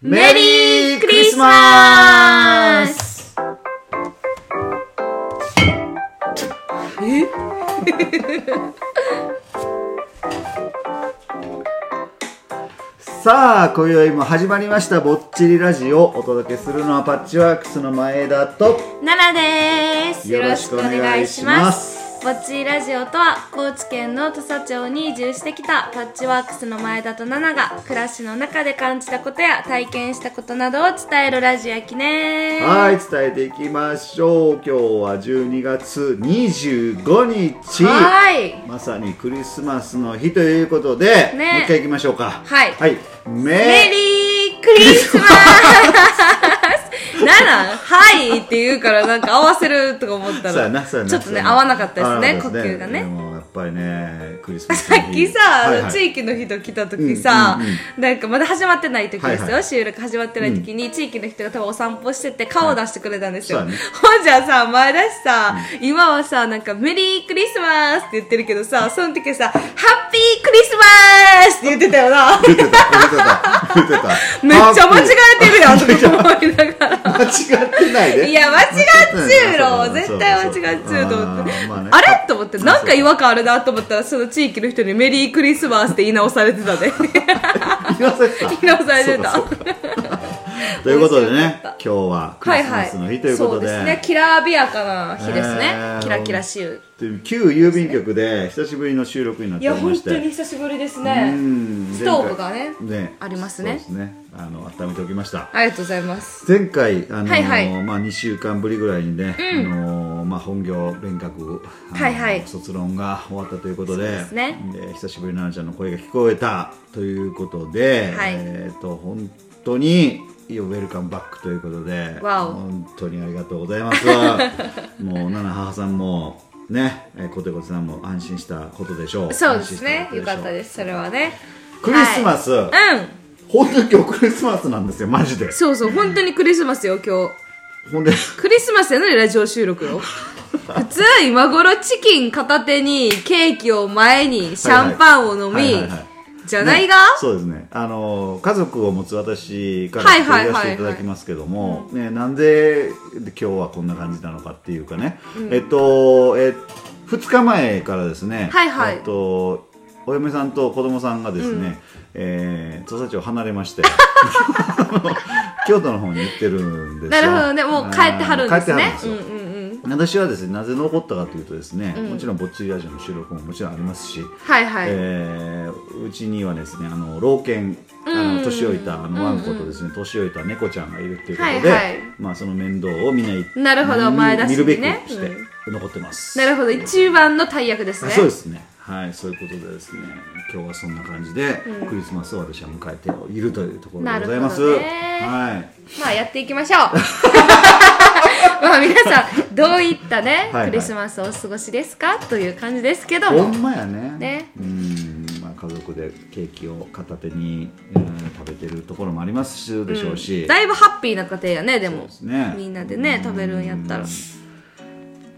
メリークリスマスさあ、今宵も始まりました、ぼっちりラジオ。お届けするのはパッチワークスの前田と、奈良ですよろしくお願いしますぼっちりラジオとは高知県の土佐町に移住してきたパッチワークスの前田と奈々が暮らしの中で感じたことや体験したことなどを伝えるラジオやきね はい、伝えていきましょう。今日は12月25日。はいまさにクリスマスの日ということで、ねもう一回行きましょうか。はいはい。メメリーリークリスマス奈々はいって言うからなんか合わせるとか思ったそうやらなそうやなちょっとそねうやな合わなかったです合ね呼わなかった吸がねでもやっぱりね、クリスマスさの日。っきさ、はいはい地域の人来た時さ、うんうんなんかまだ始まってない時ですよ、はいはい収録始まってない時に、地域の人が多分お散歩してて顔を出してくれたんですよ、はいそうやほんじゃさ前だしさ、今はさなんか「メリークリスマス」って言ってるけどさその時はさ「ハッピークリスマス」って言ってたよな言ってた、言ってた、言ってた。 めっちゃ間間違えてるやんとか思いながら。違ってないで。いや、間違っちゅうろそうそうそう絶対間違っちゅうと思ってあーまあねあれと思って、なんか違和感あるなと思ったら、その地域の人にメリークリスマスって言い直されて たで。言わされてた。言い直されてたそうかそうかということで面白ねか今っ、た日はクリスマスの日ということで。そうですね。キラービアかな日ですね。えーキラキラしゅう。という旧郵便局で久しぶりの収録になっいておや、りま本して当に久しぶりですうね。んストーブがね前回ねありますねそうですねあの温めておきましたありがとうございます。前回あの、はいはいまあ、2週間ぶりぐらいにね、あのまあ、本業勉学あのはいはい卒論が終わったということでそうですねで久しぶりに奈々ちゃんの声が聞こえたということで、はいえー、と本当にいいよウェルカムバックということでわお本当にありがとうございます もう奈々母さんもねえーコテコテさんも安心したことでしょうそうですね。よかったすです。それはね。クリスマス、うん。本当に今日クリスマスなんですよマジでそうそう。本当にクリスマスよ、今日。ほんでクリスマスやのにラジオ収 録よ。普通、今頃チキン片手に、ケーキを前に、シャンパンを飲はいみはいはい、じゃないが、ねそうですねあの家族を持つ私からはい取りはい出しはいはいていただきますけども、ね、なんで今日はこんな感じなのかっていうかね、えっとえ2日前からですね、はいはいえっと、お嫁さんと子供さんがですね、えー土佐町を離れまして 京都の方に行ってるんですよなるほどね、もう帰ってはるんです帰ってはるねん。ですうんようんうん。私はですねなぜ残ったかというとですね、もちろんぼっちりラジオの収録ももちろんありますし、はいはい。えーうちにはですねあの老犬あの年老いたあのワンコとですね、年老いた猫ちゃんがいるっていうことで、はいはいまあ、その面倒をみんな見なるほど前出見しにねるべくして残ってます、なるほど、一番の大役ですあね。そうですねはいそういうことでですね今日はそんな感じで、クリスマスを私は迎えているというところでございます、なるほどねはいまあやっていきま しょう。 まあ皆さん、どういったね、はいはいクリスマスをお過ごしですかという感じですけどほも。んまやねねうん、まあ、家族でケーキを片手に、うん食べてるところもありますしでしょうし、だいぶハッピーな家庭やね、でそうもです。ねみんなでね、食べるんやったら。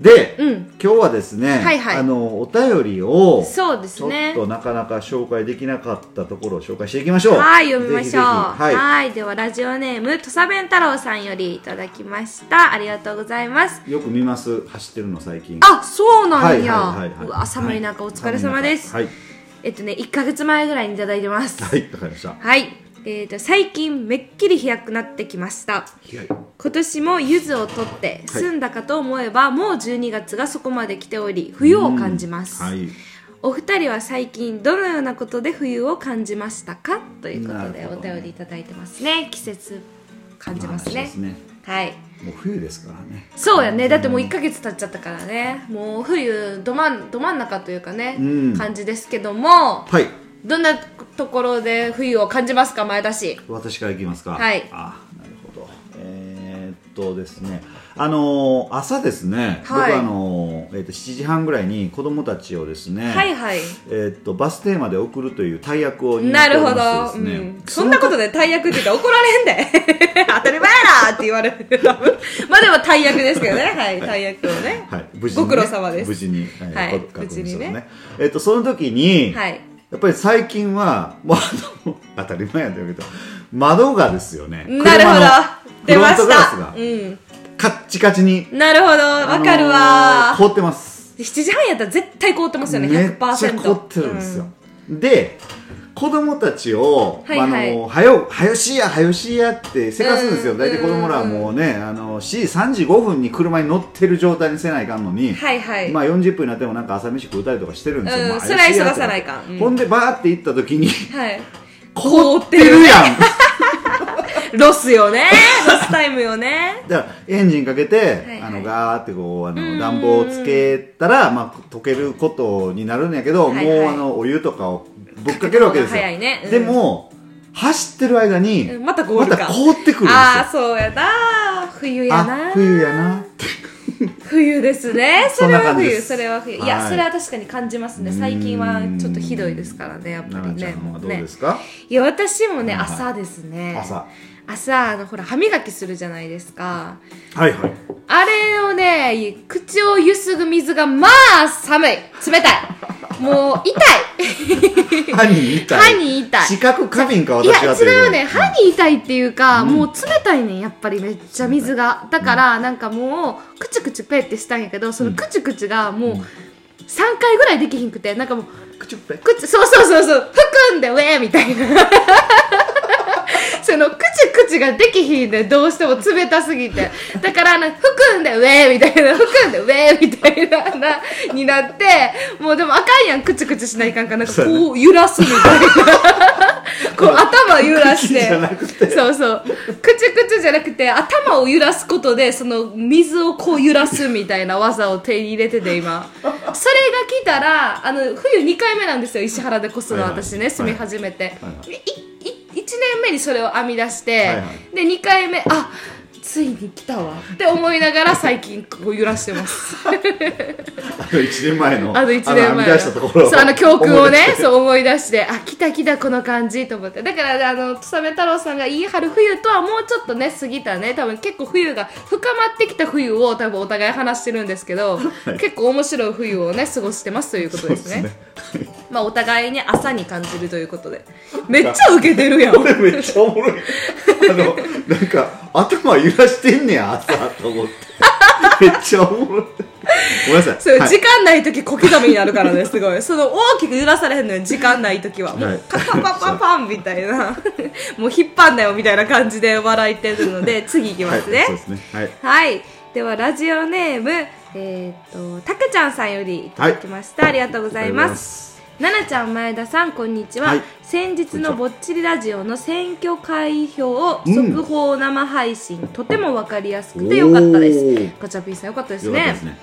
で、うん今日はですね、はいはいあのお便りをそうですねちょっとなかなか紹介できなかったところを紹介していきましょうはい、読みまぜしょう。ひぜひは、はいい、ではラジオネーム、土佐弁太郎さんよりいただきました。ありがとうございます。よく見ます走ってるの最近あ、そうなんや。はいはいはいはいうわ、寒い中お疲れ様です。はいえっとね、1ヶ月前ぐらいにいただいてます。はいわかりましたはい。えー、と、最近めっきり冷やくなってきました。はい今年も柚子を取って済んだかと思えば、もう12月がそこまで来ており、冬を感じます。はいお二人は最近どのようなことで冬を感じましたかということなるでほおどね便りいただいてますね季節感じますまあねそうですねはいもう冬ですからねそうやねだってもう1ヶ月経っちゃったからねもう冬ど真んど真ん中というかね、うん感じですけどもはいどんなところで冬を感じますか前田氏私からいきますかはいあなるほどえーっとですねあのー朝ですね、はい僕あのーえーっと7時半ぐらいに子供たちをですねはいはいえーっとバス停まで送るという大役を担っなておるりほましど、てですねうん、そんなことで大役って言ったら怒られんで当たり前やなって言われる多分まあでも大役ですけ どねはい大役をね、はい、無事にねご苦労様です無事に、えーはい確認無事にねしてますえっと、その時に、はい やっぱり最近は、もうあの、当たり前やったけど、窓がですよねなるほど出まフロントしガラスたがうカッチカチにんなるほどわかるわあのー凍ってます7時半やったら絶対凍ってますよね100%めっちゃ凍ってるんですよ、で子供たちを、はいはあいのーはよはよしやはよしやってせかすんですよ、うん大体子供らはもうね、あのー、7時35分に車に乗ってる状態にせないかんのに、うんはいはい、まあ40分になってもなんか朝飯食うたりとかしてるんですよ、うんまあそれは急怪がさしやないかんうんほんでバーって行った時 に はい凍ってるやんロスよねロスタイムよ ねだからエンジンかけて、はいあのガーってこうあうんの暖房をつけたら、まあ、溶けることになるんやけど、はいはいもうあのお湯とかをぶっかけるわけですよ、早いねうんでも走ってる間に、うんまた凍るまかた凍ってくるんですよああそうやな冬やなあ冬やなって冬ですねそ そんれなは感じで冬すそれは冬いはやいそれは確かに感じますね最近はちょっとひどいですからねやっぱり奈々ねちゃんはどうねですか、いや私もねはいはい朝ですね朝朝あのほら歯磨きするじゃないですかはいはいあれをね口をゆすぐ水がまあ寒い冷たいもう痛い歯に痛い歯に痛い四角過敏かい私やはと違うぐらねい歯に痛いっていうか、うんもう冷たいねんやっぱりめっちゃ水がだからなんかもうクチュクチュペってしたんやけどそのクチュクチュがもう3回ぐらいできひんくてなんかもう口っぺくちそうそうそうそう含んでウェーみたいな そのクチュクチュができひんでどうしても冷たすぎてだからな含んでウェーみたいな含んでウェーみたいななになってもうでもあかんやんクチュクチュしないかんからなんかこう揺らすみたいなこう頭揺らして口じゃなくてそうそうクチュクチュじゃなくて頭を揺らすことでその水をこう揺らすみたいな技を手に入れてて今それが来たらあの冬2回目なんですよ石原でこそのはいはい私ね住み始めて、はいはいでいい1年目にそれを編み出して、はいはで2回目あついに来たわって思いながら最近こう揺らしてますあの1年前のあと1年あの編前み出したところそうあの教訓を思い出ねしてそう思い出してあ来た来たこの感じと思ってだからあの土佐目太郎さんがいい春冬とはもうちょっとね過ぎたね多分結構冬が深まってきた冬を多分お互い話してるんですけど、結構面白い冬をね過ごしてますということですねそうですねまあお互いに朝に感じるということでめっちゃウケてるやんこれめっちゃおもろいあのなんか頭揺らしてんねや朝と思ってめっちゃおもろいごめんなさいそう、はい時間ない時小刻みになるからね すごいその大きく揺らされへんのよ時間ない時はもはういパパパパパンみたいな もう引っ張んなよみたいな感じで笑いてるので次いきまはいすねそうですねはいはい、ではラジオネームえーっとたくちゃんさんよりいただきました、ありがとうございますななちゃん前田さんこんにちは、はい先日のぼっちりラジオの選挙開票をうん速報生配信、とてもわかりやすくてよかったでおすーガチャピンさんよかったですよかったねですね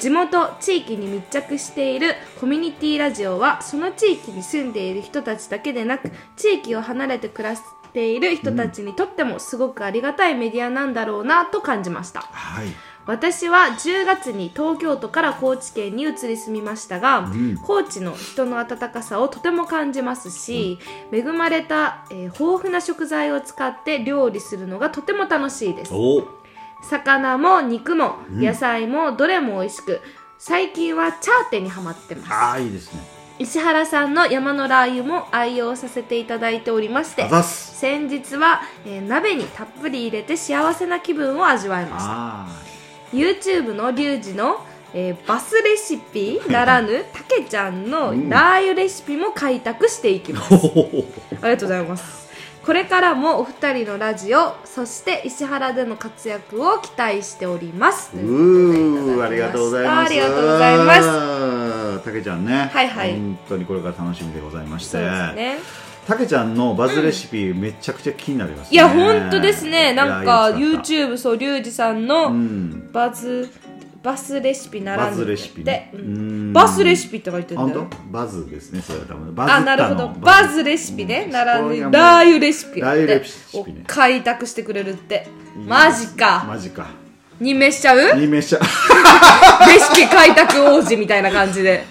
地元地域に密着しているコミュニティラジオはその地域に住んでいる人たちだけでなく地域を離れて暮らしている人たちにとってもすごくありがたいメディアなんだろうなと感じましたはい私は10月に東京都から高知県に移り住みましたが、ん高知の人の温かさをとても感じますし、恵まれた、えー豊富な食材を使って料理するのがとても楽しいですおー魚も肉もん野菜もどれも美味しく、最近はチャーテにハマってますあーいいですね石原さんの山のラー油も愛用させていただいておりましてあざっす先日は、えー鍋にたっぷり入れて幸せな気分を味わいましたあ YouTube のリュウジの、えーバスレシピならぬたけちゃんのラうんー油レシピも開拓していきますーおありがとうございます。これからもお二人のラジオ、そして石原での活躍を期待しております。といううこーとあでりいがたとうございだますきしたありがとうございます。すたけちゃんねはいはい本当にこれから楽しみでございましてそうですね。たけちゃんのバズレシピめちゃくちゃ気になりますねいや、本当ですね。なんか、いやいいやつだった YouTube、そう、リュウジさんうのんバズ、バスレシピならバぬズレシピでね、ううんんバスレシピって書いてるん本だよ当。バズですねそれは多分バズあ、ったなのるほど。バズレシピね。うんならこぬれがもラうー油レシピやってラー油レシピねを開拓してくれるって。いいねマジか。マジか任命しち ゃう任命 者レシピ開拓王子みたいな感 じで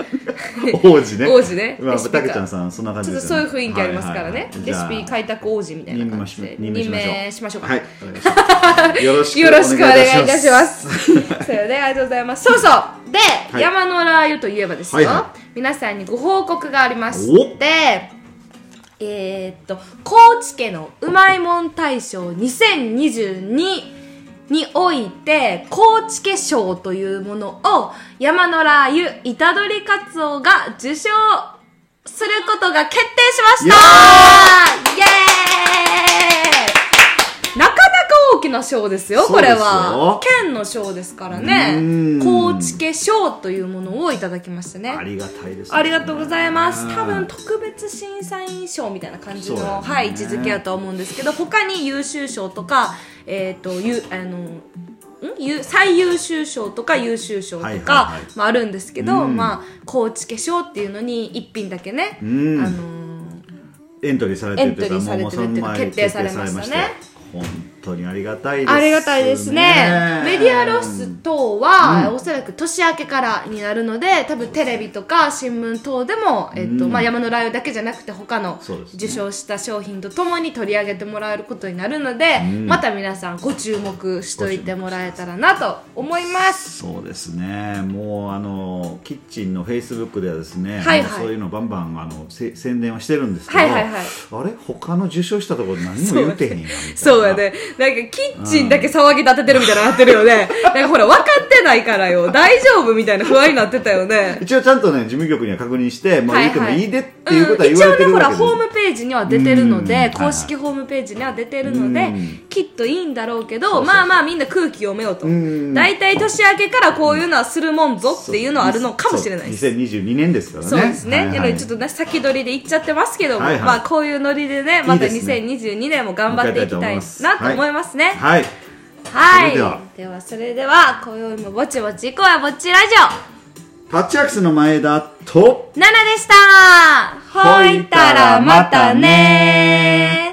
王子ね王子ねまあレシピかたけちゃんさんそんな感ちじょっでとすそうよいねう雰囲気ありますからはね、いはいはいレシピ開拓王子みたいな任感命じしで任命しましょうょうか、はいお願いしますよろ しくよろしくお願いいたしますお願いいたし それでありがとうございますそうそうで、い山のラー油といえばですよ、はいは皆さんにご報告がありましおてえーっと高知家のうまいもん大賞2022において高知家賞というものを山のラー油虎取カツオが受賞することが決定しましたイエーイなかなか大きな賞ですよこれそうはで県の賞ですからうねん高知家賞というものをいただきましたねありがたいです、ありがとうございます。多分と特別審査員賞みたいな感じの、そうだよねはい位置づけやと思うんですけど、他に優秀賞とかえっ、とゆあのんゆ最優秀賞とか優秀賞とか、はいはいはいまああるんですけど、うんまあ高知化粧っていうのに一品だけね、んあのーエントリーされてるというかエントリーされてるっていうかもう三枚決定されましたね決定されました本当にありがたいですねありがたいですね。メディア露出等は、おそらく年明けからになるので、多分テレビとか新聞等でも、えっと、まあ、山のライオだけじゃなくて他のそうですね受賞した商品とともに取り上げてもらえることになるので、また皆さんご注目しといてもらえたらなと思います。そうですねもうあのキッチンのフェイスブックではですね、はいはいもうそういうのバンバンあのせ宣伝はしてるんですけど、はいはいはいあれ他の受賞したところ何も言うてへんやんみたいなそうやね。なんか、キッチンだけ騒ぎ立ててるみたいになってるよね。なんかほら、分かってないからよ。大丈夫みたいな不安になってたよね。一応ちゃんとね事務局には確認して、まあ、はいいいはけどいいいでっていうことは言われてるわけです、うん一応ねほらホームページには出てるのうんで公式ホームページには出てるので、うんきっといいんだろうけどうそうまあまあみんな空気読めようとん大体、年明けからこういうのはするもんぞっていうのはあるのかもしれないですそう2022年ですからねそうですね。はいはいなのでちょっとね先取りで行っちゃってますけども、はいはいまあこういうノリでね、またいいですね2022年も頑張っていきたいなと思いますね。はいはそい。れではでは、それでは、今宵もぼちぼち行こうやぼっちラジタッチアクスの前田とオ !7 でしたほいたらまたねー